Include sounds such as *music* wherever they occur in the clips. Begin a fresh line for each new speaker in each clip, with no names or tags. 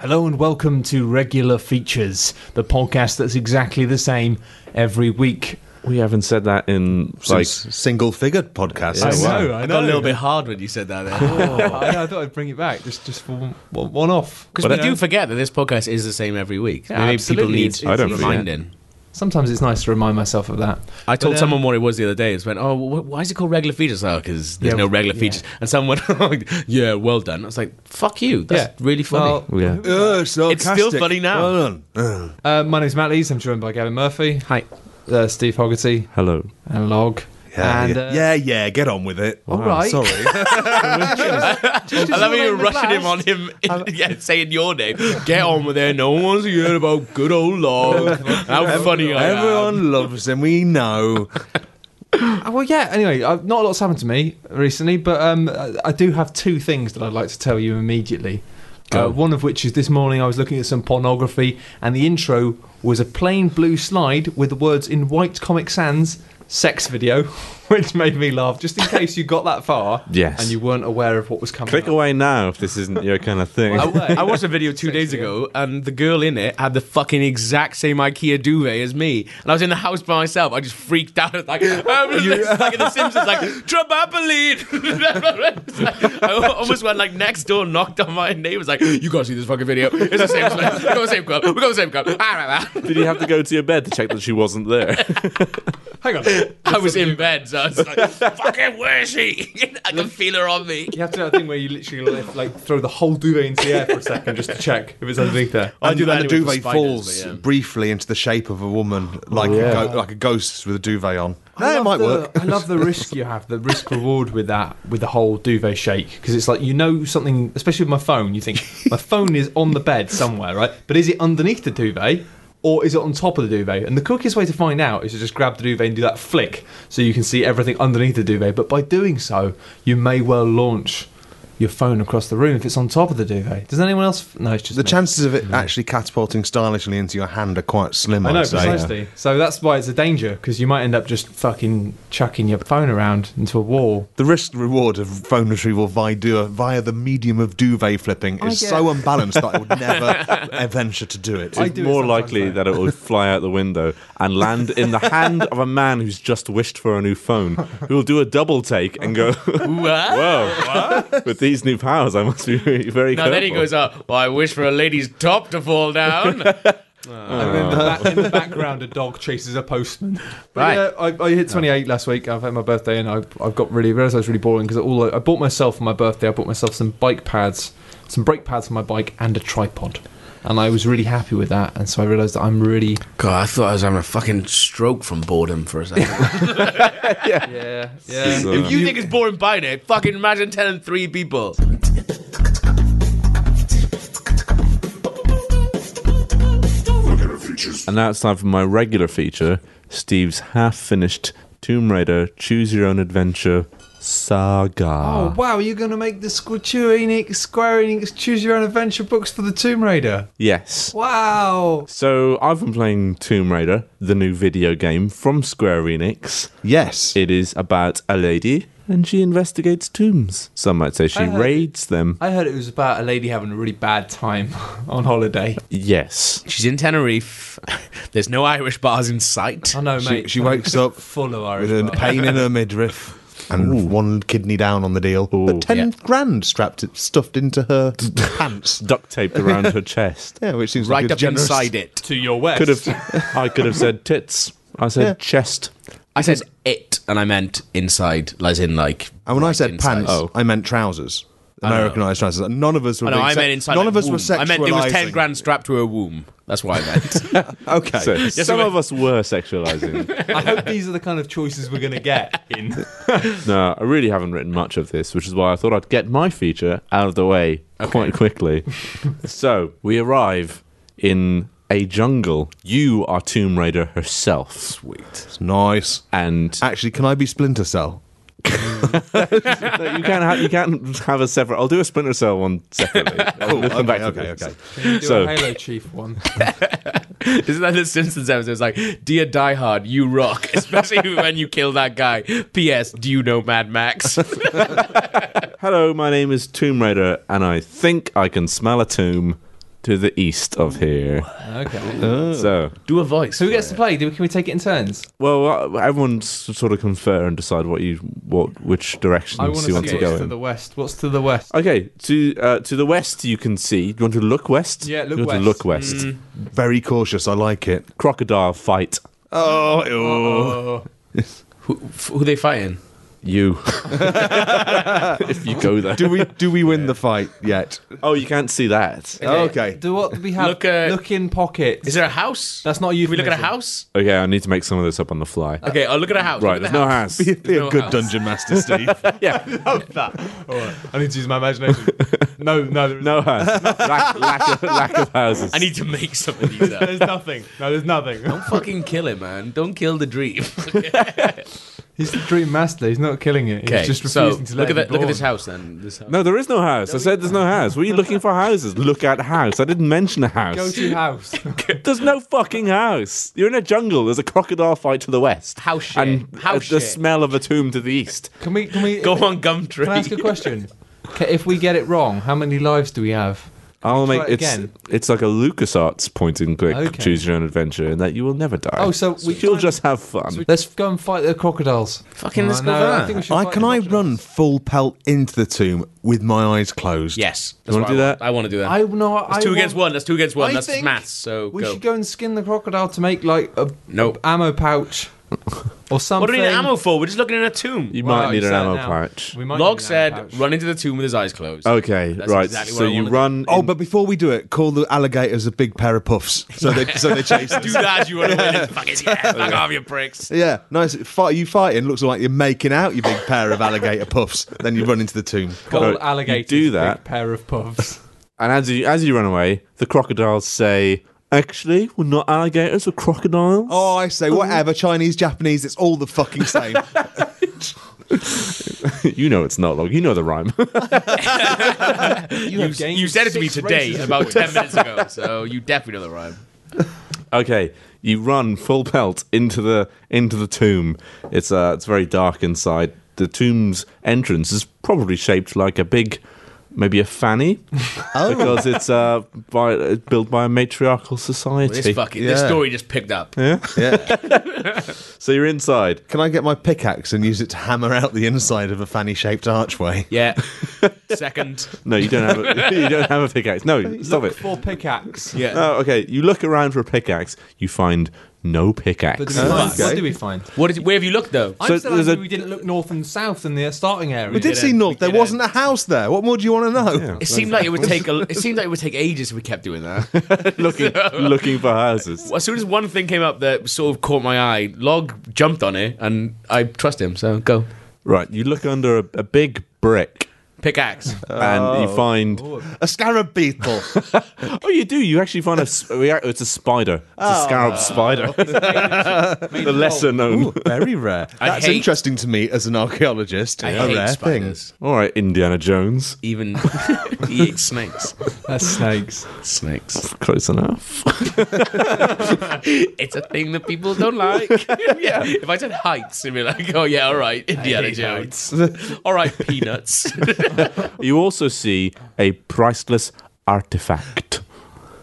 Hello and welcome to Regular Features, the podcast that's exactly the same every week.
We haven't said that in like
Since single figured podcast.
Yeah, I wow.
know, I
Oh, got a
know. Oh.
little bit hard when you said
*laughs*
that there.
I, know, I thought I'd bring it back just just for one, one off.
Because we do forget that this podcast is the same every week.
uh, Yeah,
Maybe people
absolutely.
need
It's-
I don't forget.
reminding.
Sometimes it's nice to remind myself of that.
I told
But, uh,
someone what it was the other day. It's went, oh, wh- why is it called regular features? Oh, because there's
Yeah,
no regular
yeah.
features. And someone *laughs* went, yeah, well done. I was like, fuck you. That's really funny.
Well,
yeah.
Uh,
Oh,
it's,
It's still
sarcastic.
funny now.
Well done. Uh,
uh, my name's Matt Lees. I'm joined by Gavin Murphy. Hi. Uh, Steve Hoggerty
Hello.
and Log.
yeah,
and,
yeah.
uh, *laughs*
yeah, yeah, get on with it.
All right. *laughs*
Sorry.
I love how
your
you're
name
rushing him on
last.
him, *laughs* yeah, saying your name. Get on with it. No one wants to hear about good
*laughs*
old log. How funny I am.
Everyone loves him, we know.
Uh, well, yeah. Anyway, uh, not a lot's happened to me recently, but um, I- I do have two things that I'd like to tell you immediately. Uh, one of which is this morning I was looking at some pornography, and the intro was a plain blue slide with the words in white Comic Sans "sex video," *laughs* which made me laugh. Just in case you got that far,
Yes.
and you weren't aware of what was coming.
Click
up.
away now if this isn't your kind of thing.
*laughs* Well,
I, I watched a video two days ago, and the girl in it had the fucking exact same IKEA duvet as me. And I was in the house by myself. I just freaked out. *laughs* I was like, I'm like in The Simpsons, like Trabapaline. It's like, *laughs* I al- almost went like next door, knocked on my neighbor's, like, you gotta see this fucking video. It's the same. We got the same girl. We got the same girl. *laughs* Ah, rah, rah.
Did you have to go to your bed to check that she wasn't there?
Hang on.
I was in bed, so I was like, fucking where is she? *laughs* I can feel her on me.
You have to do that thing where you literally like, like throw the whole duvet into the air for a second just to check if it's underneath there.
I do that
and the
anyway for
duvet
spiders,
falls
but yeah.
briefly into the shape of a woman, like, a, go- like a ghost with a duvet on.
Oh, I
That
love
might
the-
work.
I love the risk you have, the risk reward with that, with the whole duvet shake, because it's like you know something, especially with my phone. You think *laughs* my phone is on the bed somewhere, right? But is it underneath the duvet? Or is it on top of the duvet? And the quickest way to find out is to just grab the duvet and do that flick so you can see everything underneath the duvet. But by doing so, you may well launch your phone across the room if it's on top of the duvet. Does anyone else? No, it's just
The
me.
chances of it actually catapulting stylishly into your hand are quite slim,
I know
I'd say.
precisely. So that's why it's a danger because you might end up just fucking chucking your phone around into a wall.
The risk reward of phone retrieval via, du- via the medium of duvet flipping is
get-
so unbalanced that I would
*laughs*
never venture to do it.
*laughs* I
It's
do it
more
sometimes,
likely
though.
that it would fly out the window and land in the hand of a man who's just wished for a new phone, who will do a double take and go, *laughs*
What?
"Whoa! With these new powers, I must be *laughs* very very
Now
careful."
then he goes, oh, well, I wish for a lady's top to fall down.
*laughs* And then the back, in the background, a dog chases a postman. uh, But
Right.
yeah, I, I hit 28 last week. I've had my birthday, and I, I've got really realised I was really boring because all I, I bought myself for my birthday, I bought myself some bike pads, some brake pads for my bike, and a tripod. And I was really happy with that, and so I realised that I'm really
God, I thought I was having a fucking stroke from boredom for a second.
*laughs* yeah yeah.
So-
*laughs* if you think it's boring by day, fucking imagine telling three people.
And now it's time for my regular feature, Steve's half-finished Tomb Raider Choose Your Own Adventure saga.
Oh wow! You're gonna make the Square Enix, Square Enix Choose Your Own Adventure books for the Tomb Raider.
Yes.
Wow!
So I've been playing Tomb Raider, the new video game from Square Enix.
yes.
It is about a lady and she investigates tombs. Some might say she
I heard-
raids them.
I heard it was about a lady having a really bad time *laughs* on holiday.
Yes.
She's in Tenerife. *laughs* There's no Irish bars in sight.
I know,
She-
mate.
she wakes up
full of Irish.
with a
blood.
pain in her midriff and one kidney down on the deal. But ten
Yeah.
grand strapped it, stuffed into her pants.
Duct taped around her chest.
Yeah, which seems
Right
like a
up
generous-
inside it.
to your west.
Could have I could have said tits. I said
Yeah.
chest.
I said it, and I meant inside, as in like.
And when I said
inside.
pants,
Oh.
I meant trousers. Americanized trousers. None of us were.
I know,
being
I
se-
meant inside.
None
like
of us were
womb.
sexualizing.
I meant it was 10 grand strapped to her womb. That's what I meant.
Okay.
So some
but-
of us were sexualizing.
I hope these are the kind of choices we're going to get *laughs* in.
no, I really haven't written much of this, which is why I thought I'd get my feature out of the way quite quickly. so we arrive in a jungle. You are Tomb Raider herself.
Sweet.
It's nice. *laughs*
And
Actually, can I be Splinter
*laughs*
Cell?
you can ha- you can have a separate. I'll do a Splinter Cell one separately. I'll
okay,
come back to
okay,
this.
okay.
Do
So-
a Halo Chief one.
*laughs* Isn't that the Simpsons episode? It's like, Dear Die Hard, you rock. *laughs* Especially when you kill that guy. P.S. Do you know Mad *laughs* Max?
Hello, my name is Tomb Raider, and I think I can smell a tomb. to the east of here.
Okay.
So,
Do a voice.
So who gets to play? Do we, can we take it in turns?
well, uh, everyone s- sort of confer and decide what you what which direction
I
you
want to
want
see
to go
what's to
in.
the west. What's to the west?
Okay, to uh, to the west you can see. Do you want to look west?
Yeah, look
you want To
west.
look west.
Very cautious. I like it.
Crocodile fight.
Oh, ew.
Oh,
Who, f- who they fighting?
You. *laughs* if you go there.
do we do we win the fight yet?
Oh, you can't see that.
Okay.
do what do we have?
Look, uh,
in pockets.
Is there a house?
That's not a
Can we look at a
euphemism.
house?
Okay, I need to make some of this up on the fly.
Okay, I'll look at a house.
right,
Look at
there's
the *laughs*
no house.
Be, be
No
a good
house.
dungeon master,
*laughs*
Steve.
yeah,
All right. I need to use my *laughs* imagination. no, no, there is
no house. lack, lack, of, lack of houses.
I need to make some of these uh, up.
*laughs* There's nothing. No, there's nothing.
Don't fucking kill it, man. Don't kill the dream.
He's the dream master. He's not killing it.
Okay,
*laughs* He's just
so
refusing to let
look at
it
that.
be
Look at
born.
this house then. This house.
no, there is no house. I said there's no house. Were you looking for houses? Look at house. I didn't mention a
Go
house.
to *laughs* house.
There's no fucking house. You're in a jungle. There's a crocodile fight to the west.
House shit.
And uh,
House
the
shit.
smell of a tomb to the east.
Can we? Can we?
Go on,
Can I ask a
Gumtree.
question? Ca- If we get it wrong, how many lives do we have?
I'll
Try
make
it
it's
again.
it's like a LucasArts point and click
Okay.
choose your own adventure in that you will never die.
Oh, so we
you'll
try-
just have fun.
Let's go and fight the crocodiles.
Fucking
Oh,
let's go
no,
for
I
that.
think we should
I,
fight
can
the
I
crocodiles.
run full pelt into the tomb with my eyes closed?
*laughs* Yes.
You wanna
That's what
do
I
that?
I want to do that.
I no. I
That's two
want-
against one. That's two against one.
I
That's
think
maths. So
we
go.
should go and skin the crocodile to make like a
Nope.
ammo pouch or something.
What do we need ammo for? We're just looking in a tomb.
You
Well,
might need
you said
an
it
ammo
now.
pouch.
We might
Log
need an
said,
ammo pouch.
"Run into the tomb with his eyes closed."
Okay,
That's
right.
exactly what
so
I
you
wanna do.
run.
Oh,
in-
but before we do it, call the alligators a big pair of puffs. So they so they
*laughs*
chase us.
Do that, you want to win. it. Fuck it,
*laughs*
yeah, fuck off, you pricks.
Yeah, nice. Fight you fighting looks like you're making out, you big pair of alligator puffs. Then you run into the tomb.
Call
you
alligators
do
a big
that.
pair of
*laughs*
puffs.
and as you as you run away, the crocodiles say, "Actually, we're not alligators. We're crocodiles."
Oh, I say, whatever. Chinese, Japanese, it's all the fucking same.
*laughs* you know it's not long. You know
*laughs*
the rhyme.
You, have gained
You said it to me
six
today,
races.
about ten minutes ago. So you definitely know the rhyme.
okay, you run full pelt into the into the tomb. It's uh, it's very dark inside. The tomb's entrance is probably shaped like a big, maybe a fanny, because it's uh, by, it's built by a matriarchal society.
This fucking this
yeah.
story just picked up.
yeah.
so you're inside.
Can I get my pickaxe and use it to hammer out the inside of a fanny-shaped archway?
Yeah. Second.
No, you don't have a, *laughs* you don't have a pickaxe. No, stop
Look
it.
for pickaxe.
Yeah.
No, okay. You look around for a pickaxe. You find no
But do
*laughs* pickaxe.
we find-
okay.
What do we find?
What did, where have you looked though?
I'm still
Uh, there's
angry
a-
we didn't look north and south in the starting area.
We did
did
see
end.
north.
We
There
did
wasn't a house there. What more do you want to know?
It seemed like it would take a, it seemed like it would take ages if we kept doing that.
looking looking for houses.
Well, as soon as one thing came up that sort of caught my eye, Log jumped on it, and I trust him. So go
Right. You look under a, a big brick
pickaxe.
and you find.
A scarab beetle.
Oh, you do. You actually find a. s- we are- It's a spider. It's
Oh.
a scarab
*laughs*
spider. the lesser known.
Ooh, very rare.
I
That's
hate-
interesting to me as an archaeologist.
I
A
hate
rare
spiders.
All right, Indiana Jones.
Even *laughs* he ate snakes.
That's
*laughs*
snakes.
Snakes.
Close enough.
It's a thing that people don't like. yeah. If I said heights, they'd be like, oh yeah, all right, Indiana
hate
Jones. all right, peanuts.
You also see a priceless artifact.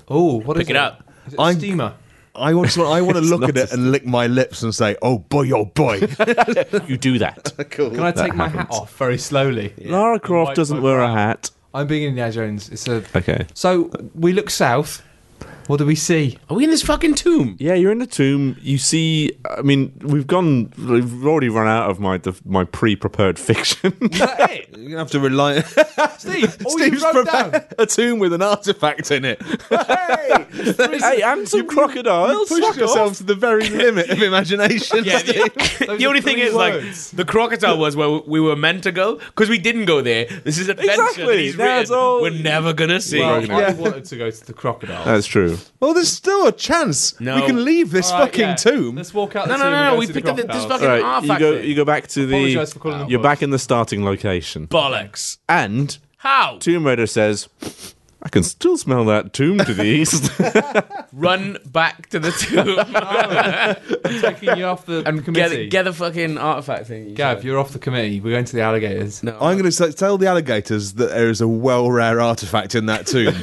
Oh, what is
Pick it up.
Is it a
I'm-
steamer.
thing. I want to. I want *laughs* to look
not
at it
a-
and lick my lips and say, "Oh boy, oh boy."
You do that.
*laughs* cool.
Can I take my hat
happens.
off very slowly?
Lara Croft
Wipe
doesn't
my
wear a hat.
I'm being Indiana Jones. It's a.
Okay.
So we look south. What do we see?
Are we in this fucking tomb?
Yeah, you're in the tomb. You see, I mean, we've gone, we've already run out of my the, my pre-prepared
*laughs*
fiction.
You're gonna have to rely. *laughs*
Steve, all you
Steve's
wrote down.
prepared a tomb with an artifact in *laughs* it.
hey, and some crocodiles.
Pushed
Fuck
yourself
off.
to the very limit of imagination.
Yeah,
Steve.
*laughs* the,
are
the only thing
three
is,
words.
like, the crocodile was where we were meant to go because we didn't go there. This is adventure. that
Exactly,
he's
that's
written.
all-
We're never gonna see. Uh,
Well,
Yeah.
I wanted to go to the crocodile.
That's true.
*laughs* Well, there's still a chance
No.
we can leave this
All right,
fucking
yeah.
tomb.
Let's walk out. the
No, no,
tomb
no,
and
no,
go
we
to the
picked up the- this
crocodiles.
fucking-
All right,
artifact
you go.
thing.
You go back to
Apologise for
the.
calling them
You're
bollocks.
back in the starting location,
Bollocks.
and
How?
Tomb Raider says, I can still smell that tomb to
*laughs*
the east. *laughs*
Run back to the tomb
Taking you off the
and get,
committee.
the- get the fucking artifact thing. you
Gav,
said.
you're off the committee. We're going to the alligators.
No.
I'm going to tell the alligators that there is a well rare artifact in that *laughs* tomb.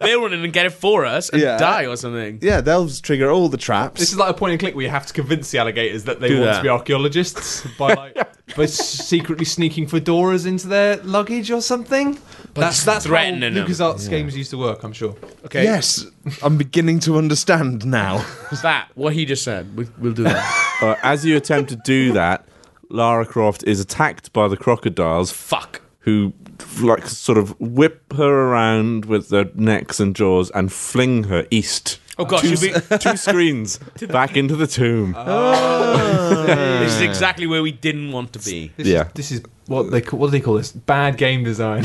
They'll run in and get it for us and
Yeah.
die or something.
yeah, they'll trigger all the traps.
This is like a point and click where you have to convince the alligators that they
Do
want
that.
to be archaeologists by like by s- secretly sneaking fedoras into their luggage or something. that's that's
threatening
how
them.
LucasArts games used to work, I'm sure.
Okay.
Yes, I'm beginning to understand *laughs* now.
That, what he just said. We, we'll do that.
Uh, as you attempt to do that, Lara Croft is attacked by the crocodiles,
Fuck.
who like sort of whip her around with their necks and jaws and fling her east.
Oh, God.
two,
should we-
two
*laughs*
screens back into the tomb.
Uh, this is exactly where we didn't want to be.
This
Yeah.
is, this is what they call, what do they call this? Bad game design.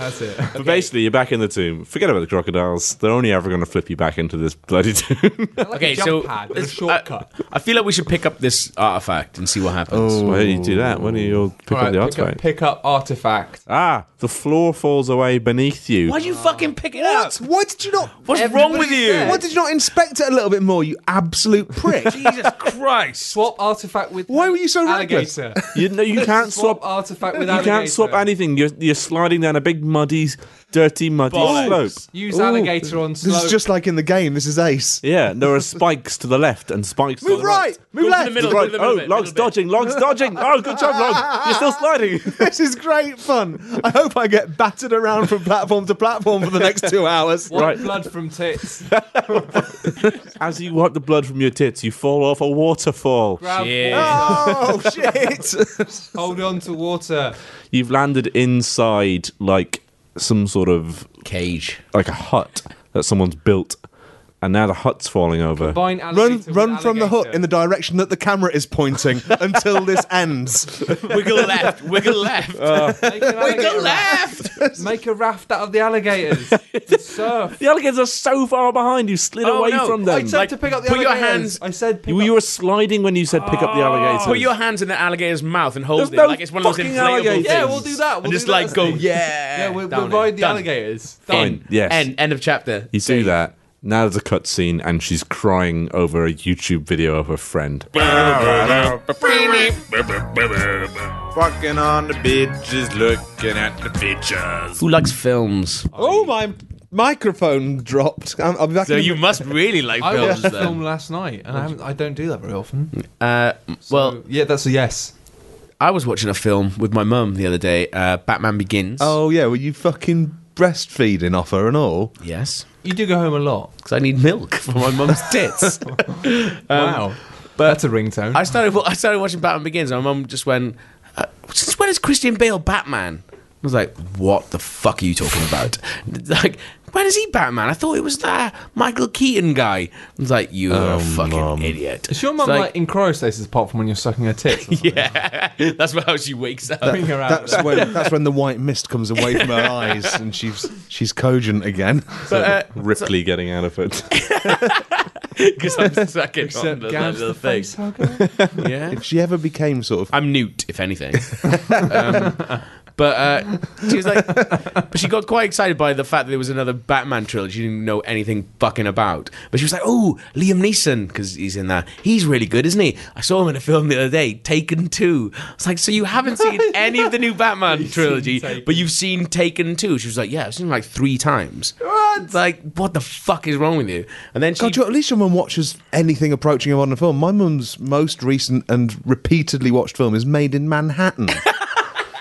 that's it.
But basically, you're back in the tomb. Forget about the crocodiles. They're only ever going to flip you back into this bloody *laughs* tomb.
Okay,
jump
so
pad,
let's-
a
uh,
shortcut.
I, I feel like we should pick up this artifact and see what happens.
Why don't you do that? Why don't you all pick up
Alright,
the
Oh. pick, up,
artifact?
pick up artifact.
Ah, the floor falls away beneath you.
Why'd you fucking pick it up?
Why did you not?
What's wrong with you?
Why did you not inspect it a little bit more? You absolute *laughs* prick.
Jesus Christ.
Swap artifact with
Why were you so reckless?
alligator? *laughs*
You know
*laughs*
you can't
swap,
swap.
artifact with
You
alligator.
can't swap anything. You're, you're sliding down a big muddy, dirty muddy
Bollocks.
slope.
Use alligator on
This
slope.
is just like in the game. This is Ace.
Yeah, there are spikes to the left and spikes to
Move
the
right, move
Go to the
left.
middle.
Right.
Move a
Oh,
little bit,
logs
little bit.
dodging, logs
*laughs*
dodging. Oh, good job, log. You're still sliding.
*laughs*
*laughs*
This is great fun. I hope I get battered around from platform to platform for the next two
*laughs*
hours.
White
right.
blood from tits.
As you wipe the blood from your tits, you fall off a waterfall.
Grab
Shit.
water.
Oh shit!
Hold on to water.
You've landed inside like some sort of
Cage.
like a hut that someone's built, and now the hut's falling over.
Combine
Run,
alligator
run
with
from the hut
alligator.
in the direction that the camera is pointing until this ends.
Wiggle left. *laughs* Wiggle
*laughs*
left.
Make an alligator
Uh, wiggle
raft.
left.
Make a raft out of the alligators. And Surf.
The alligators are so far behind. You slid
Oh,
away
no.
from
I
them.
said
Like,
to pick up the
put your
alligators.
hands-
I said pick
you,
up.
you were sliding when you said pick
Oh.
up the alligators.
Put your hands in the alligator's mouth and hold
There's
it
no
like it's one of those
fucking
inflatable
alligator.
things.
yeah, we'll do that. We'll
and just
do
like
that,
go,
Steve.
yeah.
Yeah, we'll,
down
we'll ride
it.
the
Done.
alligators.
Fine.
Done.
Yes.
End, end of chapter.
You do that. Now there's a cutscene, and she's crying over a YouTube video of her friend.
Fucking on the bitches, looking at the pictures.
Who likes films?
*laughs* Oh, my microphone dropped. I'm, I'll be back.
So
in a
you must really like
I
films
watched a
then.
film last night, and I, haven't, I don't do that very often.
Uh, well,
So, yeah, that's a yes.
I was watching a film with my mum the other day, uh, Batman Begins.
Oh yeah, were you fucking breastfeeding off her and all?
yes.
You do go home a lot.
Because I need milk *laughs* for my mum's
*laughs*
tits.
wow, but that's a ringtone.
Um, I started. I started watching Batman Begins. And my mum just went, uh, "Since when is Christian Bale Batman?" I was like, "What the fuck are you talking about? *laughs* like, when is he Batman? I thought it was that Michael Keaton guy." I was like, "You are a fucking idiot."
Is your Oh, mum
It's
like, in cryostasis apart from when you're sucking her tits? Or something?
*laughs* yeah, *laughs* that's how she wakes up.
Bring her out.
*laughs* That's when that's when the white mist comes away from her eyes and she's she's cogent again.
But, *laughs* uh,
Ripley getting out of
*laughs*
it.
Because I'm sucking on
Except
the,
Gav's
the
the
thing.
face hugger.
Yeah.
If she ever became sort of
I'm Newt, if
*laughs*
anything. um, but uh, she was like, but she got quite excited by the fact that there was another Batman trilogy she didn't know anything fucking about. But she was like, oh, Liam Neeson, because he's in that. He's really good, isn't he? I saw him in a film the other day, Taken 2. I was like, so you haven't
*laughs*
seen any of the new Batman trilogy,
Taken.
but you've seen Taken 2. She was like, yeah, I've seen it like three times. What? Like, what the fuck is wrong with you? And then she.
God, you, at least your mum watches anything approaching a modern film. My mum's most recent and repeatedly watched film is Made
*laughs*
in Manhattan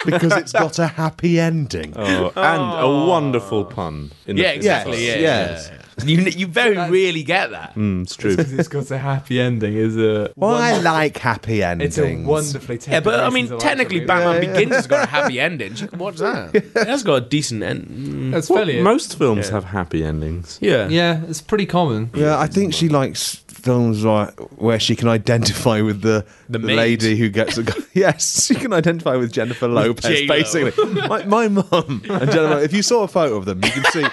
because it's got a happy ending.
Uh,
Oh, and a wonderful pun. In
yeah,
the-
exactly.
Yes,
yeah,
yes.
yeah, yeah. You, you very rarely get that.
Mm, it's true.
it's got a happy ending, is it?
Well, I like happy endings.
It's a wonderfully
Yeah, but I mean, technically, Batman Begins has got a happy ending. She can watch that. It has got a decent end. Mm.
That's
Well,
fairly.
most films have happy endings.
Yeah.
yeah, it's pretty common.
Yeah, I think she likes films like where she can identify with the,
The maid.
lady who gets a guy. *laughs* yes, she can identify with Jennifer Lopez,
J-Lo.
basically. my, my mum and Jennifer, if you saw a photo of them, you can see.
*laughs* You'd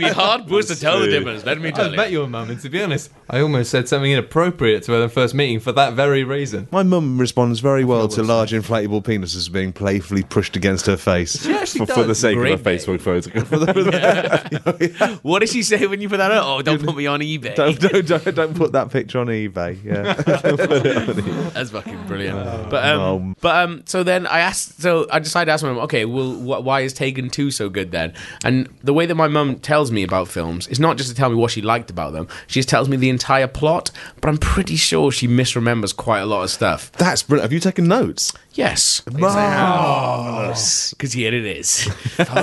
be
*laughs*
hard pushed to tell the difference. Let me tell
I've met
you.
your mum, and to be honest, I almost said something inappropriate to her in the first meeting for that very reason.
My mum responds very well to large inflatable penises being playfully pushed against her face.
for, for the sake
Great
of a
bit.
Facebook photo.
What did she say when you put that up? Oh,
*laughs*
don't put me on eBay.
don't, don't, don't, don't put that picture on eBay. Yeah.
*laughs* That's fucking brilliant. but um,
no.
but um, so then I asked. So I decided to ask my mum. Okay, well, wh- why is Taken Two so good then? And the way that my mum tells me about films is not just to tell me what she liked about them. She just tells me the entire plot. But I'm pretty sure she misremembers quite a lot of stuff.
That's brilliant. Have you taken notes?
Yes.
Marvelous.
because here it
*laughs*
is. so,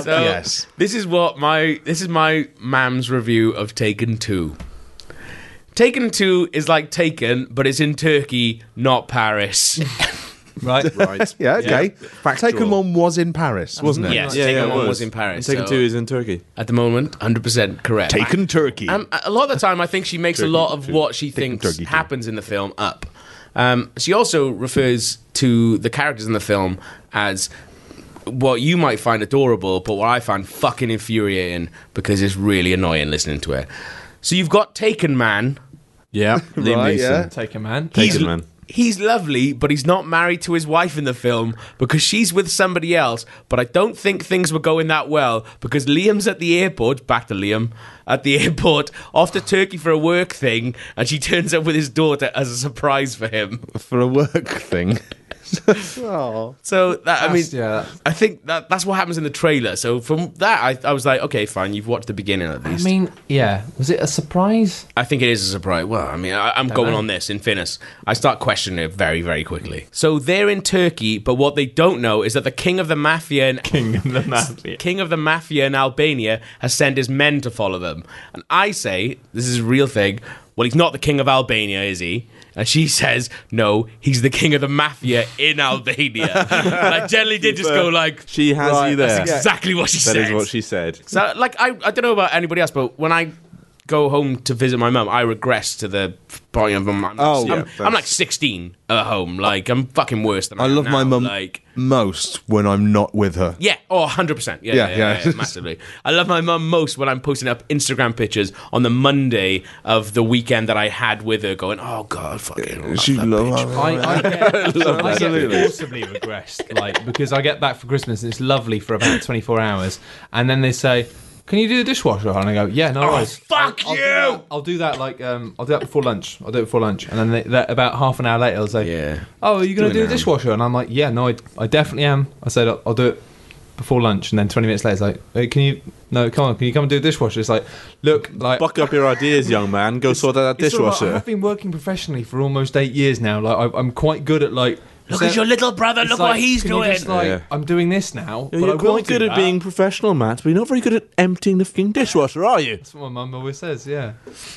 yes.
This is what my this is my mam's review of Taken Two. Taken Two is like Taken, but it's in Turkey,
*laughs*
not Paris.
Right?
right.
Yeah, okay. Taken one was in
*laughs*
Paris, wasn't it?
yes,
Yeah,
Taken
yeah, it
One was.
was
in Paris.
Taken
so
two is in Turkey.
at the moment, hundred percent correct.
Taken Turkey.
Um, a lot of the time, I think she makes a lot of what she thinks
turkey, turkey.
happens in the film up. Um, she also refers to the characters in the film as what you might find adorable, but what I find fucking infuriating because it's really annoying listening to it. So you've got Taken Man. *laughs*
Yeah, Liam
Right,
Neeson.
yeah.
Take a man.
Taken Man.
He's lovely, but he's not married to his wife in the film because she's with somebody else. But I don't think things were going that well because Liam's at the airport, back to Liam, at the *laughs* airport, off to Turkey for a work thing, and she turns up with his daughter as a surprise for him.
for a work thing. oh.
So, that, I mean,
That's- yeah.
I think that that's what happens in the trailer. So, from that, I, I was like, okay, fine, you've watched the beginning at
I
least. I,
mean, yeah. Was it a surprise?
think it is a surprise. Well, I mean, I, I'm going
know.
on this in fairness. I start questioning it very, very quickly. So, they're in Turkey, but what they don't know is that the king of the mafia and
King of the Mafia.
king of the mafia in Albania has sent his men to follow them. And I say, this is a real thing. Well, he's not the king of Albania, is he? And she *laughs* says, no, he's the king of the mafia in Albania.
*laughs*
and I generally did just go like,
She has
Right,
you there.
that's exactly what she
That
said.
is what she said.
So, like, I, I don't know about anybody else, but when I go home to visit my mum, I regress to the point of my mum.
Oh, yeah,
I'm,
that's-
I'm like 16 at home. Like, I'm fucking worse than
I
I, am
love my
now.
mum
Like,
most when I'm not with her.
yeah, oh, 100%. Yeah, yeah,
Yeah,
yeah,
yeah. *laughs*
yeah, massively. I love my mum most when I'm posting up Instagram pictures on the Monday of the weekend that I had with her going, oh, God, fucking love
She
that bitch."
loves
I,
*laughs*
I get, I get awesomely regressed, like because I get back for Christmas and it's lovely for about 24 hours, and then they say, "Can you do the dishwasher?" And I go, "Yeah, no worries."
Oh, fuck
I'll, I'll do
you!
that- I'll do that like um, I'll do that before lunch. I'll do it before lunch, and then they, that, about half an hour later, I'll say,
Yeah.
"Oh, are you going to
Doing
do the
it.
dishwasher?" And I'm like, "Yeah, no, I, I definitely am." I said, "I'll, I'll do it." Before lunch, and then 20 minutes later, it's like, hey, can you? No, come on, can you come and do the dishwasher? It's like, look, like,
Buck up your ideas, young man. Go sort out that
it's all right.
dishwasher.
I've been working professionally for almost eight years now. Like I, I'm quite good at like.
Look
so-
at your little brother,
it's
look
like,
what he's
can
doing.
You just, like,
Yeah.
I'm doing this now. but I
you're
will
quite
do
good at
that.
being professional, Matt, but you're not very good at emptying the fucking dishwasher, are you?
That's what my mum always says. Yeah.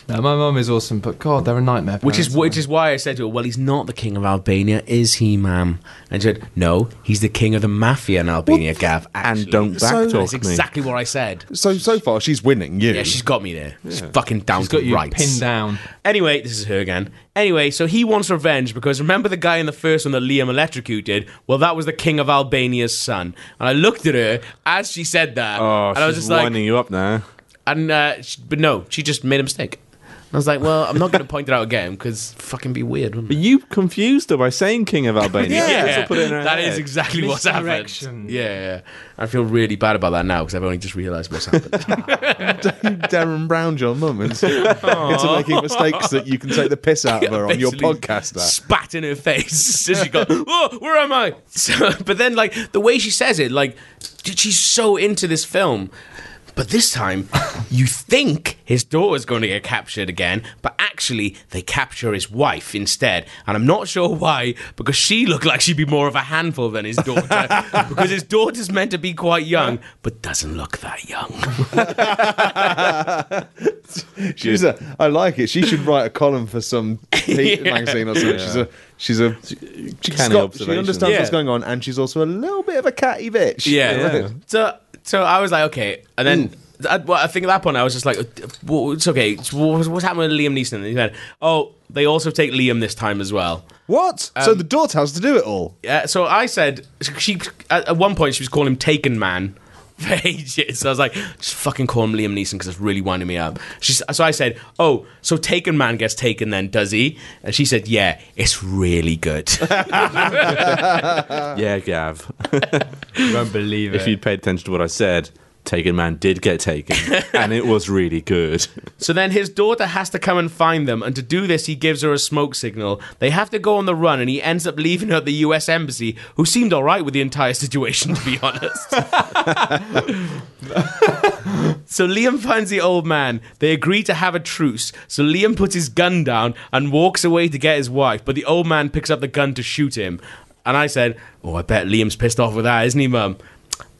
No, my mum is awesome, but God, they're a nightmare.
Which is
parents,
which is why I said to her, "Well, he's not the king of Albania, is he, ma'am?" And she said, "No, he's the king of the mafia in Albania, Gav." Actually.
And don't
So-
backtalk
That's
me.
exactly what I said.
So so far she's winning you. *laughs*
Yeah, she's got me there. She's fucking down
She's got
to
you
rights.
pinned down.
Anyway, this is her again. Anyway, so he wants revenge because remember the guy in the first one that Liam electrocuted? Well, that was the king of Albania's son. And I looked at her as she said that,
Oh,
and
she's
I was just like,
winding you up now.
and uh, she, but no, she just made a mistake. And I was like, well, I'm not going to point it out again because fucking be weird. Wouldn't it?
But you confused her by saying King of Albania.
*laughs* Yeah,
That's what put it in her
that
head.
is exactly what's
Misdirection.
happened. Yeah, yeah, I feel really bad about that now because I've only just realised
*laughs*
what's happened.
Darren Brown, your mum, and into making mistakes that you can take the piss out of her on your
Basically
podcast.
*laughs*
That.
spat in her face *laughs* as she got. Whoa, where am I? *laughs* So, but then, like the way she says it, like she's so into this film. But this
*laughs*
time, you think his daughter's going to get captured again, but actually, they capture his wife instead. And I'm not sure why, because she looked like she'd be more of a handful than his daughter.
*laughs*
because his daughter's meant to be quite young, but doesn't look that young.
*laughs* She's a. I like it. She should write a column for
*laughs*
some Pete magazine or something. She's a. She's a. She's
Canny
got, she
observation.
understands
uh, Yeah.
what's going on, and she's also a little bit of a catty bitch.
Yeah. So so I was like, okay, and then I, well, I think at that point I was just like, "Well, it's okay. It's- What's, what's happening with Liam Neeson? And he said, oh, they also take Liam this time as well.
*laughs* What? so
Um,
the daughter has to do it all.
Yeah, so I said she at at one point she was calling him Taken Man *laughs* for ages. So I was like, just fucking call him Liam Neeson because it's really winding me up. She, s- so I said, oh, so Taken Man gets taken then, does he? And she said, yeah, it's really good.
Yeah, Gav.
You won't believe
if you'd paid attention to what I said, Taken Man did get taken,
*laughs*
and it was really good.
so then his daughter has to come and find them, and to do this, he gives her a smoke signal. They have to go on the run, and he ends up leaving her at the U.S. embassy, who seemed all right with the entire situation, to be *laughs* honest. So Liam finds the old man. They agree to have a truce. So Liam puts his gun down and walks away to get his wife, but the old man picks up the gun to shoot him. And I said, Oh, I bet Liam's pissed off with that, isn't he, mum?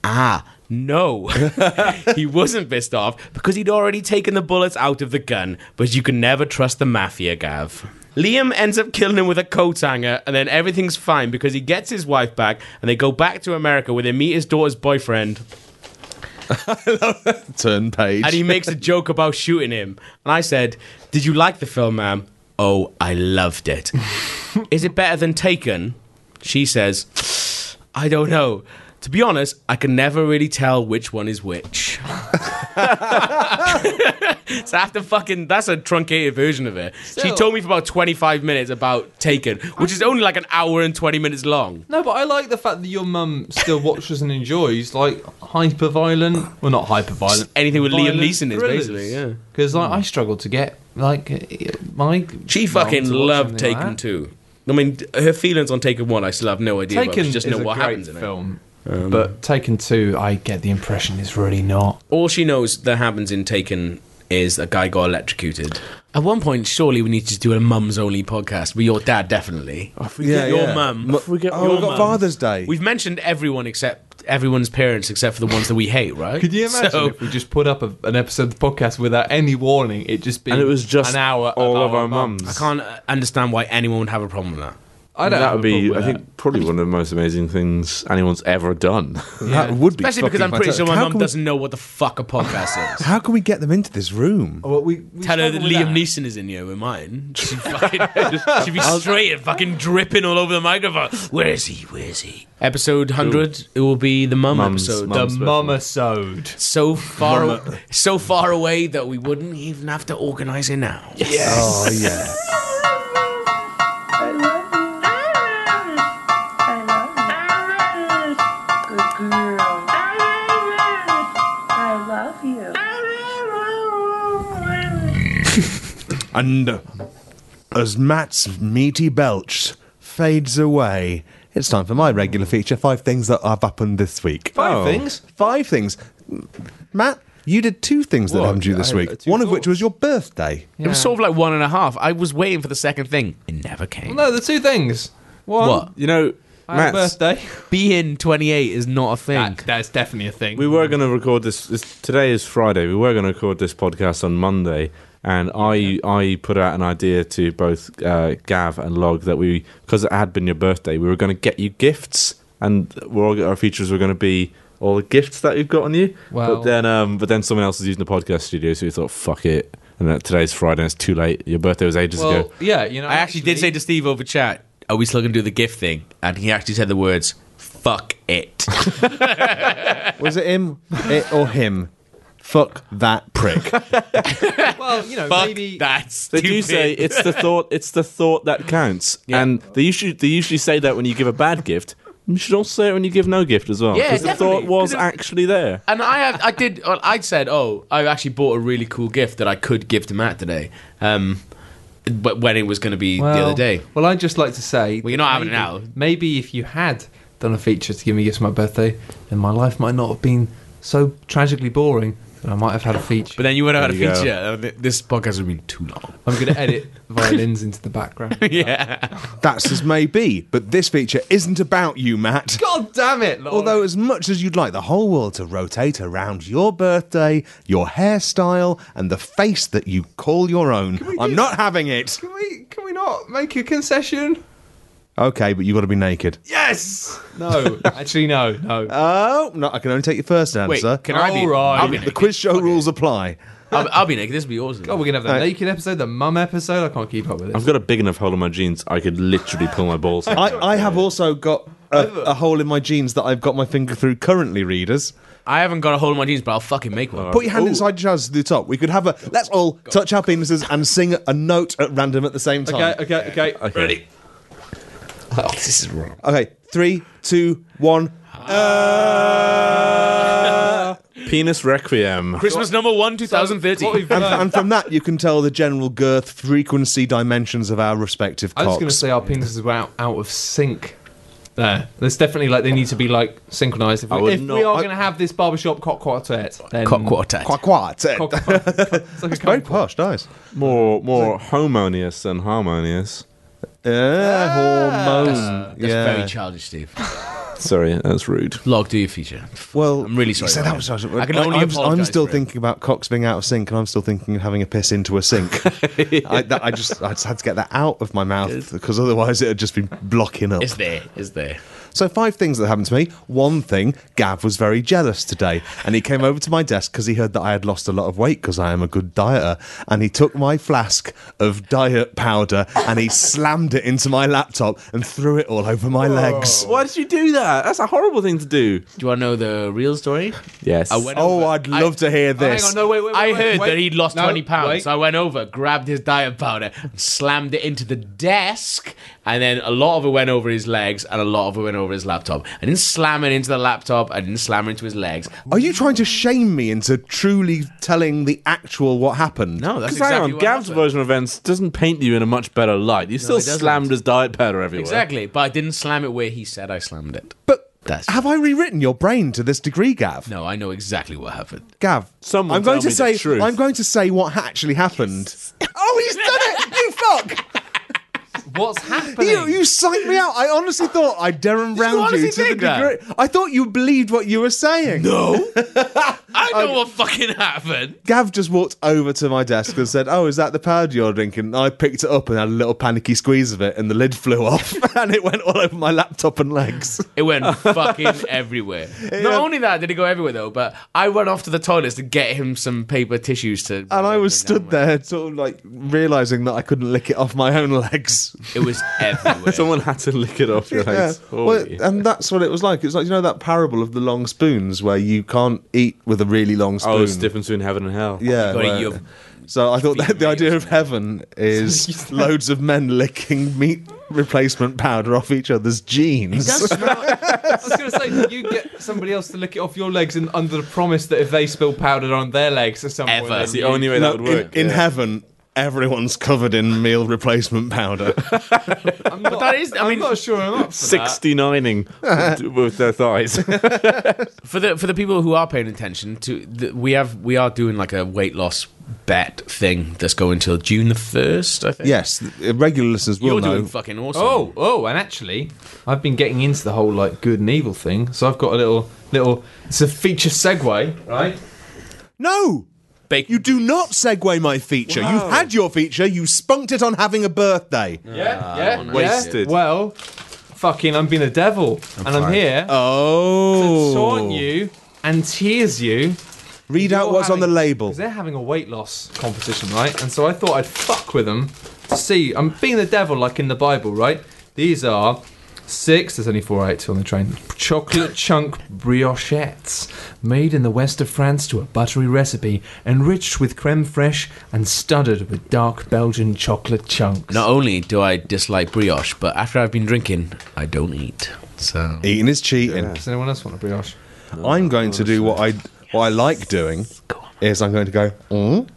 Ah, no. *laughs* he wasn't pissed off because he'd already taken the bullets out of the gun, but you can never trust the mafia, Gav. Liam ends up killing him with a coat hanger, and then everything's fine because he gets his wife back and they go back to America where they meet his daughter's boyfriend.
Turn page.
and he makes a joke about shooting him. And I said, "Did you like the film, ma'am?" Oh, I loved it. *laughs* Is it better than Taken? She says, "I don't know. To be honest, I can never really tell which one is which." *laughs* so after fucking, that's a truncated version of it. she
Still-
told me for about twenty-five minutes about Taken, which is only like an hour and twenty minutes long.
No, but I like the fact that your mum still watches and enjoys like hyper violent, well not hyper violent,
anything with Liam Neeson is, basically, yeah. Hmm.
Because like I struggle to get like my
She
mum
fucking
to watch
loved
something like
Taken
that.
Two. I mean, her feelings on Taken One, I still have no idea.
Taken
Taken, just
is
know
a
what
great
happens in it.
film, but Taken Two, I get the impression is really not.
All she knows that happens in Taken is a guy got electrocuted. At one point, surely we need to do a mums only podcast with your dad, definitely.
yeah,
your
yeah.
mum.
Mu-
If we get
oh,
your
we've got
mum.
Father's Day.
We've mentioned everyone except everyone's parents, except for the ones that we hate, right?
Could you imagine
So-
if we just put up a, an episode of the podcast without any warning? It just be
And it was just
an hour
all of our
mums.
mums.
I can't uh, understand why anyone would have a problem with that.
I don't.
that
have
would
a problem
be,
with
I
that.
think, probably one of the most amazing things anyone's ever done.
That would be
Especially because
fucking
I'm pretty
fantastic.
sure my
How
mum
can we-
doesn't know what the fuck a podcast is.
How can we get them into this room?
Well, we, we
Tell her that
struggle with
Liam
that.
Neeson is in here with mine. She'd, fucking, *laughs* she'd be straight and fucking dripping all over the microphone. Where is he? Where is he? Episode 100, it will be the mum
Mums,
episode.
mum.
The
special.
mummersode.
So far, so far away that we wouldn't even have to organise it now.
Oh yeah.
I love you.
And uh, as Matt's meaty belch fades away, it's time for my regular feature: five things that have happened this week.
Five
Five
things?
Five things. Matt, you did two things that
What?
happened to you this
I-
week.
two
One of which
thoughts.
was your birthday.
It was sort of like one and a half. I was waiting for the second thing. It never came.
No, the two things. One,
What?
You know,
I had a
Matt's-
birthday.
Being 28 is not a thing.
That, that's definitely a thing.
we were going to record this, this. Today is Friday. We were going to record this podcast on Monday, and I I put out an idea to both uh, Gav and Log that we because it had been your birthday, we were going to get you gifts, and we're all, our features were going to be all the gifts that we've got on you.
Well-
but then um, but then someone else was using the podcast studio, so we thought fuck it. And that today's Friday. It's too late. Your birthday was ages
well,
ago.
yeah, you know.
I actually did say to Steve over chat, "Are we still gonna do the gift thing?" And he actually said the words, "Fuck it."
Was it him? it or him? Fuck that *laughs* prick.
Well, you know,
*laughs* Fuck
maybe
that.
They
Stupid.
do say it's the thought. It's the thought that counts,
Yeah.
and they usually they usually say that when you give a bad gift. You should also say it when you give no gift as well.
Yeah,
because the
definitely.
thought was
'Cause it-
actually there.
And I, have, I did. I said, "Oh, I actually bought a really cool gift that I could give to Matt today." Um, but when it was going to be the other day,
Well, I'd just like to say.
Well, you're not having it
maybe-
now.
Maybe if you had done a feature to give me gifts for my birthday, then my life might not have been so tragically boring. that I might have had a feature.
but then you would have had a
There you go.
feature. Uh, th- This podcast would have been too long.
I'm going to *laughs* edit violins into the *laughs* background.
yeah,
That's as may be, but this feature isn't about you, Matt.
God damn it! Lord.
Although, as much as you'd like the whole world to rotate around your birthday, your hairstyle, and the face that you call your own, I'm not having it.
can we can we not make a concession?
Okay, but you got to be naked.
Yes. No. *laughs* Actually, no. No.
Oh no, I can only take your first
Wait,
answer.
can I be?
All right.
I'll be
The
the
naked.
quiz show rules apply.
I'll, I'll be naked. This would be awesome.
Oh, we're gonna have the
Uh,
naked episode, the mum episode. I can't keep up with
I've
it.
got a big enough hole in my jeans I could literally pull my balls out.
I, I have also got a, a hole in my jeans that I've got my finger through currently, readers.
I haven't got a hole in my jeans, but I'll fucking make one.
Put your hand inside your trousers to the top. We could have a let's all touch our penises and sing a note at random at the same time.
Okay. Okay. Okay.
Okay.
Ready.
Oh, this is wrong.
Okay, three, two, one.
Ah.
Penis Requiem.
Christmas number one, 2013.
What we've
And,
learned-
and from that, you can tell the general girth, frequency, dimensions of our respective
I was
cocks.
going to say our penises were out, out of sync. There, there's definitely like they need to be like synchronized. If,
I
we,
would
if
not-
we are
I-
going to have this barbershop cock quartet, then
Cock quartet.
Quite quiet.
Cock- *laughs* it's like a
Very
cock
posh, nice.
More more harmonious than harmonious.
Yeah, hormones.
Ah. That's
yeah.
very childish, Steve.
Sorry, that's rude.
Log, do your feature.
well,
I'm really sorry
You said
about
that was,
that.
I
I can only
am I'm
apologise
still
for it.
thinking about cocks being out of sync, and I'm still thinking of having a piss into a
*laughs*
sink. I, that, I just, I just had to get that out of my mouth because otherwise it had just been blocking up.
It's there. It's there.
So five things that happened to me. One thing, Gav was very jealous today, and he came over to my desk because he heard that I had lost a lot of weight because I am a good dieter, and he took my flask of diet powder and he slammed it into my laptop and threw it all over my legs.
Why did you do that? That's a horrible thing to do. Uh,
Do you want to know the real story?
Yes.
I went
Oh,
over-
I'd love to hear
Oh,
this.
Hang on, no, wait, wait, wait,
I
wait,
heard
wait.
that he'd lost
No,
20 pounds.
wait.
So I went over, grabbed his diet powder, slammed it into the desk, and then a lot of it went over his legs and a lot of it went over his laptop. I didn't slam it into the laptop, I didn't slam it into his legs.
Are you trying to shame me into truly telling the actual what happened?
No, that's
Because hang
exactly
on,
what
Gav's
happened.
version of events doesn't paint you in a much better light. You still
it doesn't.
slammed his diet powder everywhere.
Exactly, but I didn't slam it where he said I slammed it.
But
That's-
have I rewritten your brain to this degree, Gav?
No, I know exactly what happened.
Gav,
Someone
I'm going
tell
to
me the
say
truth.
I'm going to say what ha- actually happened. *laughs* oh, he's done it! You fuck!
*laughs* What's happening?
*laughs* You, you psyched me out. I honestly thought I Darren round you,
honestly
to the
think that?
degree. I thought you believed what you were saying.
No, I know what fucking happened.
Gav just walked over to my desk and said, "Oh, is that the powder you're drinking?" And I picked it up and had a little panicky squeeze of it, and the lid flew off, *laughs* and it went all over my laptop and *laughs* legs.
It went fucking *laughs* everywhere. Not only that did it go everywhere though, but I went off to the toilets to get him some paper tissues to.
And I was stood there, sort of like realizing that I couldn't lick it off my own legs.
It was
*laughs*
*laughs*
everywhere.
Someone had to lick it off your legs.
Yeah. Well,
Holy.
and that's what it was like. It's like you know that parable of the long spoons where you can't eat with a really long spoon.
oh, it's the difference between heaven and hell.
Yeah.
Got it,
where-
you're-
so I thought that the idea of heaven
*laughs*
is loads of men licking meat replacement powder off each other's jeans.
I was going to say, you get somebody else to lick it off your legs, and under the promise that if they spill powder on their legs at some
Ever.
point,
That's
*laughs*
the only way
No,
that would
in,
work.
in *laughs*
yeah.
heaven, everyone's covered in meal
*laughs*
replacement powder.
I'm not,
that is- I
I'm
mean-
not sure I'm up for that.
*laughs* 69ing with- with their *laughs* thighs.
for the for the people who are paying attention to, the, we have we are doing like a weight loss bet thing that's going till June the first. I think.
yes, the- regular listeners will
you're
know.
doing fucking awesome.
Oh, oh, and actually, I've been getting into the whole like good and evil thing, so I've got a little, little. It's a feature segue, right?
no.
Bake-
You do not segue my feature. You've had your feature. You spunked it on having a birthday.
Yeah, yeah, yeah.
Wasted.
Well, fucking, I'm being a devil, and I'm here
Oh.
to taunt you and tease you
Read out
You're
what's on
having-
the label.
'cause They're having a weight loss competition, right? And so I thought I'd fuck with them to see. I'm being the devil, like in the Bible, right? These are six. There's only four eight two on the train. Chocolate chunk briochettes, made in the west of France to a buttery recipe, enriched with creme fraiche and studded with dark Belgian chocolate chunks.
Not only do I dislike brioche, but after I've been drinking, I don't eat. So
Eating is cheating.
Does anyone else want a brioche?
I'm going to do what I what I like doing is I'm going to go. Mm?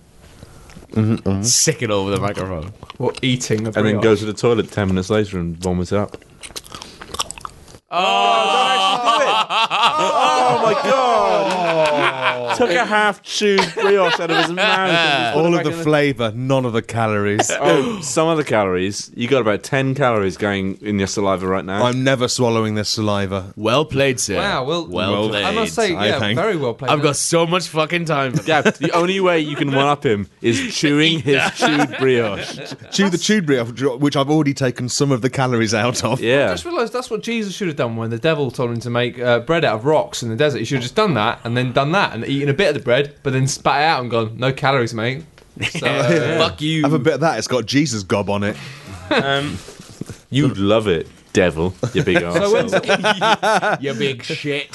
sick it over the microphone.
Or eating a brioche?
and then go to the toilet 10 minutes later and vomit up.
Oh my
my god! Took a half chewed brioche out of his
*laughs*
mouth.
All of the flavour, none of the calories.
Oh, some of the calories. You got about ten calories going in your saliva right now.
I'm never swallowing this saliva.
Well played, sir.
Wow, well,
well, played.
I must say,
I
yeah,
think.
very well played.
I've got so much fucking *laughs* time. For that.
Gav, the only way you can one up him is chewing his chewed brioche.
Chew the chewed brioche, which I've already taken some of the calories out of.
I
Yeah.
just realised that's what Jesus should have done when the devil told him to make uh, bread out of rocks in the desert. He should have just done that and then done that and eaten a bit of the bread, but then spat it out and gone, no calories, mate. So, *laughs* uh,
*laughs* Fuck you.
Have a bit of that. It's got Jesus gob on it.
You'd love it, devil, you
*laughs*
big arsehole.
you *laughs* big shit.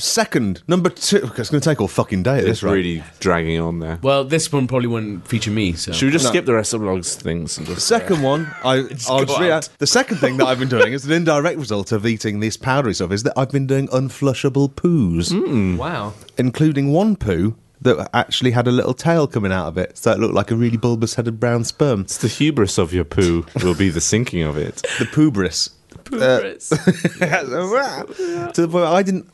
Second, number two. It's going to take all fucking day at
It's
this rate.
really dragging on there.
well, this one probably wouldn't feature me. So
Should we just skip the rest of Log's things? And just,
Second one,
*laughs*
I, I'll
go
just read
out.
out. The second thing that I've been doing is an indirect result of eating this powdery stuff is that I've been doing unflushable poos,
Mm.
wow.
including one poo that actually had a little tail coming out of it, so it looked like a really bulbous-headed brown sperm.
the hubris of your poo will be the sinking of it.
The poobris. *laughs* to the point I didn't,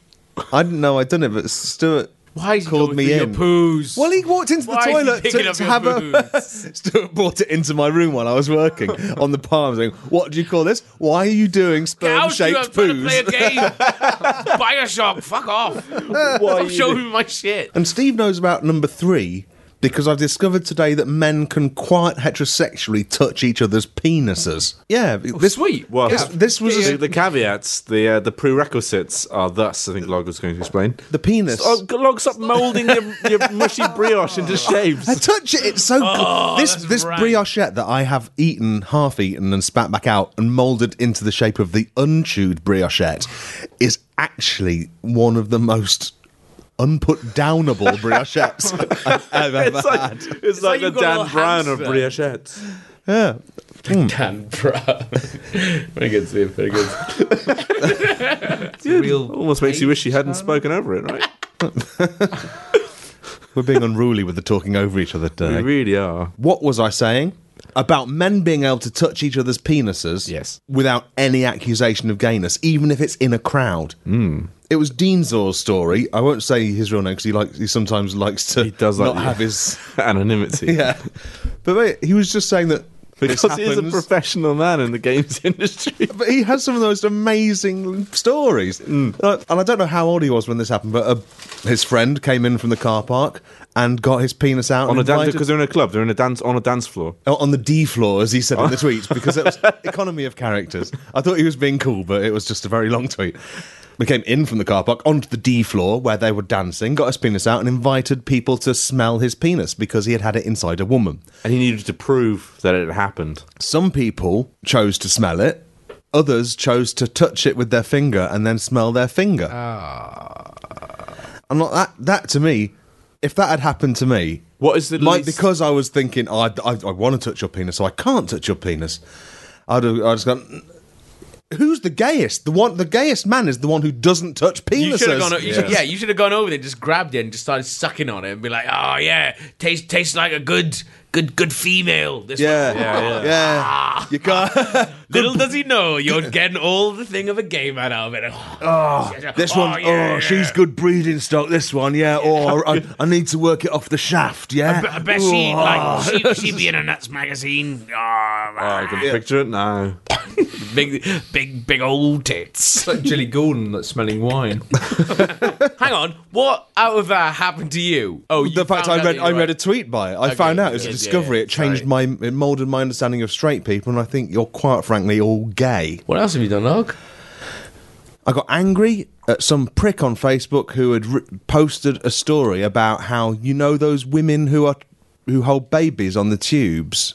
I didn't know I'd done it, but Stuart
Why is he
called
going
me
through your
in.
poos?
Well, he walked into the
Why is he
toilet
picking
to,
up
to
your
have a. *laughs* Stuart brought it into my room while I was working on the palms. Saying, "What do you call this? Why are you doing
How do you
sperm-shaped
I'm trying to play a
poos?" *laughs*
game? Bioshock, fuck off. Stop showing me my shit.
And Steve knows about number three because I've discovered today that men can quite heterosexually touch each other's penises. Yeah,
Oh,
this
sweet.
Well,
This, this was
the,
a,
the caveats, the uh, the prerequisites are thus. I think Log was going to explain.
the penis.
Oh, Log, stop moulding your, your mushy brioche
*laughs*
into
I
shapes.
touch it. It's so
Oh,
good. This
that's
this
rank.
briochette that I have eaten, half eaten, and spat back out and molded into the shape of the unchewed briochette is actually one of the most unput downable
*laughs*
briochettes I've ever
It's
had.
like, it's like,
like you've
the
got a
Dan
little
Brown of
hamster.
briochettes.
Dan Brown. very good, Steve. Very good.
It's a real.
Almost makes you wish you hadn't spoken over it,
*laughs*
right?
We're being unruly with the talking over each other
You
today.
really are.
What was I saying? About men being able to touch each other's penises
Yes.
without any accusation of gayness, even if it's in a crowd.
Hmm.
It was Dean Zor's story. I won't say his real name because he likes he sometimes likes to
He does like
not
you. *laughs*
have his
Anonymity.
*laughs* yeah. But wait, he was just saying that this
Because he's a
happens.
professional man in the games *laughs* industry.
But he has some of the most amazing stories.
Hmm.
And, I, and I don't know how old he was when this happened, but uh, his friend came in from the car park and got his penis out
on
and
a dance
invited-
because they're in a club. They're in a dance on a dance floor.
Oh, on the D floor, as he said in the tweet, because it was economy of characters. I thought he was being cool, but it was just a very long tweet. We came in from the car park onto the D floor where they were dancing, got his penis out, and invited people to smell his penis because he had had it inside a woman.
And he needed to prove that it had happened.
Some people chose to smell it. Others chose to touch it with their finger and then smell their finger. And like that, that to me, if that had happened to me,
What is the
like
least-
because I was thinking I, I, I want to touch your penis, so I can't touch your penis. I'd have, I'd just gone. Who's the gayest? The one, the gayest man is the one who doesn't touch penises.
You should have gone. o- You should,
Yeah.
yeah, you should have gone over there, just grabbed it, and just started sucking on it, and be like, "Oh yeah, tastes tastes like a good, good, good female." This
yeah,
one.
yeah,
Ah.
yeah. You can't. *laughs*
Little does he know, you're getting all the thing of a gay man out of it. Oh,
This one, oh,
yeah, yeah.
she's good breeding stock. This one, yeah. Or I, I need to work it off the shaft, yeah. Oh.
I bet uh,
*laughs*
she like she she'd be in a nuts magazine.
Oh,
Oh,
I can picture it now.
big, big, big old tits.
It's like Jilly Gordon that's smelling *laughs* wine.
Hang on, what out of that happened to you? Oh, you
the fact I
found out
read,
that
I
you
read
were-
a tweet by it. I found out it was
yeah,
a
yeah,
discovery.
yeah,
it changed my, it molded my understanding of straight people, and I think you're quite frankly all gay.
What else have you done, Log?
I got angry at some prick on Facebook who had ri posted a story about how you know those women who are who hold babies on the tubes.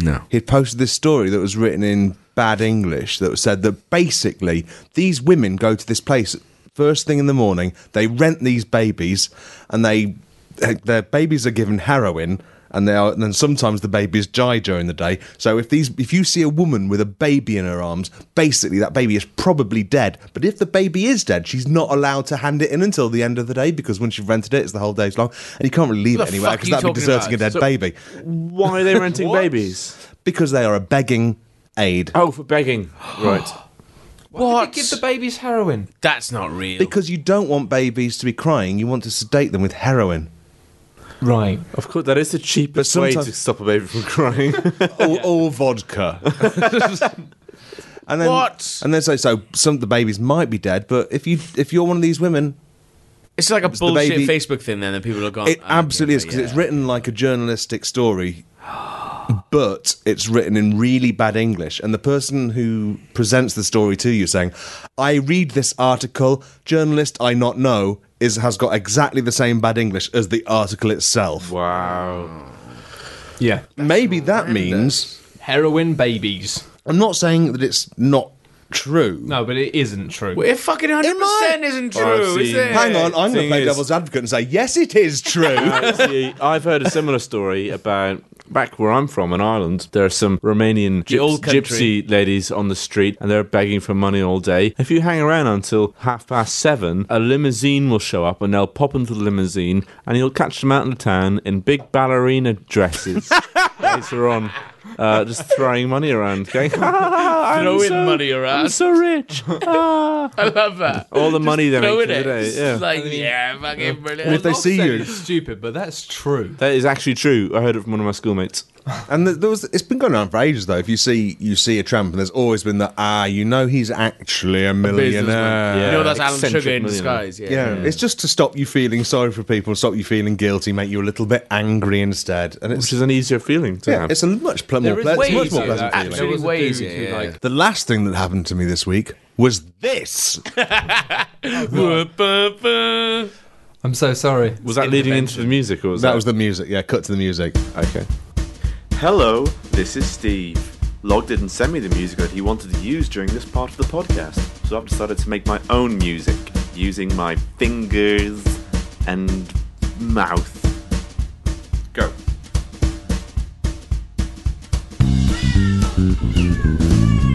No.
He'd posted this story that was written in bad English that said that basically these women go to this place first thing in the morning, they rent these babies, and they their babies are given heroin. And they are, and then sometimes the babies die during the day. So if these, if you see a woman with a baby in her arms, basically that baby is probably dead. But if the baby is dead, she's not allowed to hand it in until the end of the day because once you've rented it, it's the whole day's long, and you can't really leave
What
it
the
anywhere
fuck
because
are you
that'd be
talking
deserting a
about?
dead baby
Why are they renting babies?
because they are a begging aid.
Oh, for begging. right.
Why
What?
did they give the babies heroin?
That's not real.
Because you don't want babies to be crying, you want to sedate them with heroin.
Right.
*gasps* Of course, that is the cheapest
But
way
sometimes-
to stop a baby from *laughs* crying.
all, all vodka. and then,
What?
And they say so. Some of the babies might be dead, but if you if you're one of these women,
it's like a
the
bullshit
baby-
Facebook thing. Then that people are gone.
it absolutely is because it's written like a journalistic story, but it's written in really bad English. And the person who presents the story to you saying, "I read this article, journalist I not know." Is, has got exactly the same bad English as the article itself.
wow.
Yeah.
Maybe that means
Heroin babies.
I'm not saying that it's not true.
No, but it isn't true.
It fucking hundred percent isn't true,
I've
is
seen-
it?
Oh, Hang on, I'm going to
Thing
play
is-
devil's advocate and say, yes, it is true.
*laughs*
*laughs*
See, I've heard a similar story about back where I'm from in Ireland. There are some Romanian gyps-
old country.
gypsy ladies on the street and they're begging for money all day. If you hang around until half past seven, a limousine will show up and they'll pop into the limousine and you'll catch them out in the town in big ballerina dresses later on. Uh, just throwing money around, going, "I'm
Throwing
so-
money around."
I'm so *laughs* rich. Ah.
*laughs* I love that.
All the money they
Throwing
make
it.
today.
Just
Yeah.
Like yeah, fucking brilliant.
If they
I'll
see
say
you.
it's stupid, but that's true.
that is actually true. I heard it from one of my schoolmates.
and th- there was, it's been going on for ages, though. If you see you see a tramp, and there's always been the, ah, you know he's actually a millionaire.
you know that's
Yeah,
Alan Sugar
eccentric
in
millionaire.
disguise. Yeah.
Yeah, it's just to stop you feeling sorry for people, stop you feeling guilty, make you a little bit angry instead. And it's
which is an easier feeling to
yeah,
have.
it's a much, ple- more,
There is
ple- it's
ways
much more
to
pleasant
that.
feeling.
There was a
Ways,
dude who,
yeah.
like-
The last thing that happened to me this week was this.
Whoop-a-ba.
I'm so sorry.
was that leading into the music, or was that,
that was the music. Yeah, cut to the music.
okay? Hello, this is Steve. Log didn't send me the music that he wanted to use during this part of the podcast, so I've decided to make my own music using my fingers and mouth. Go.
Thank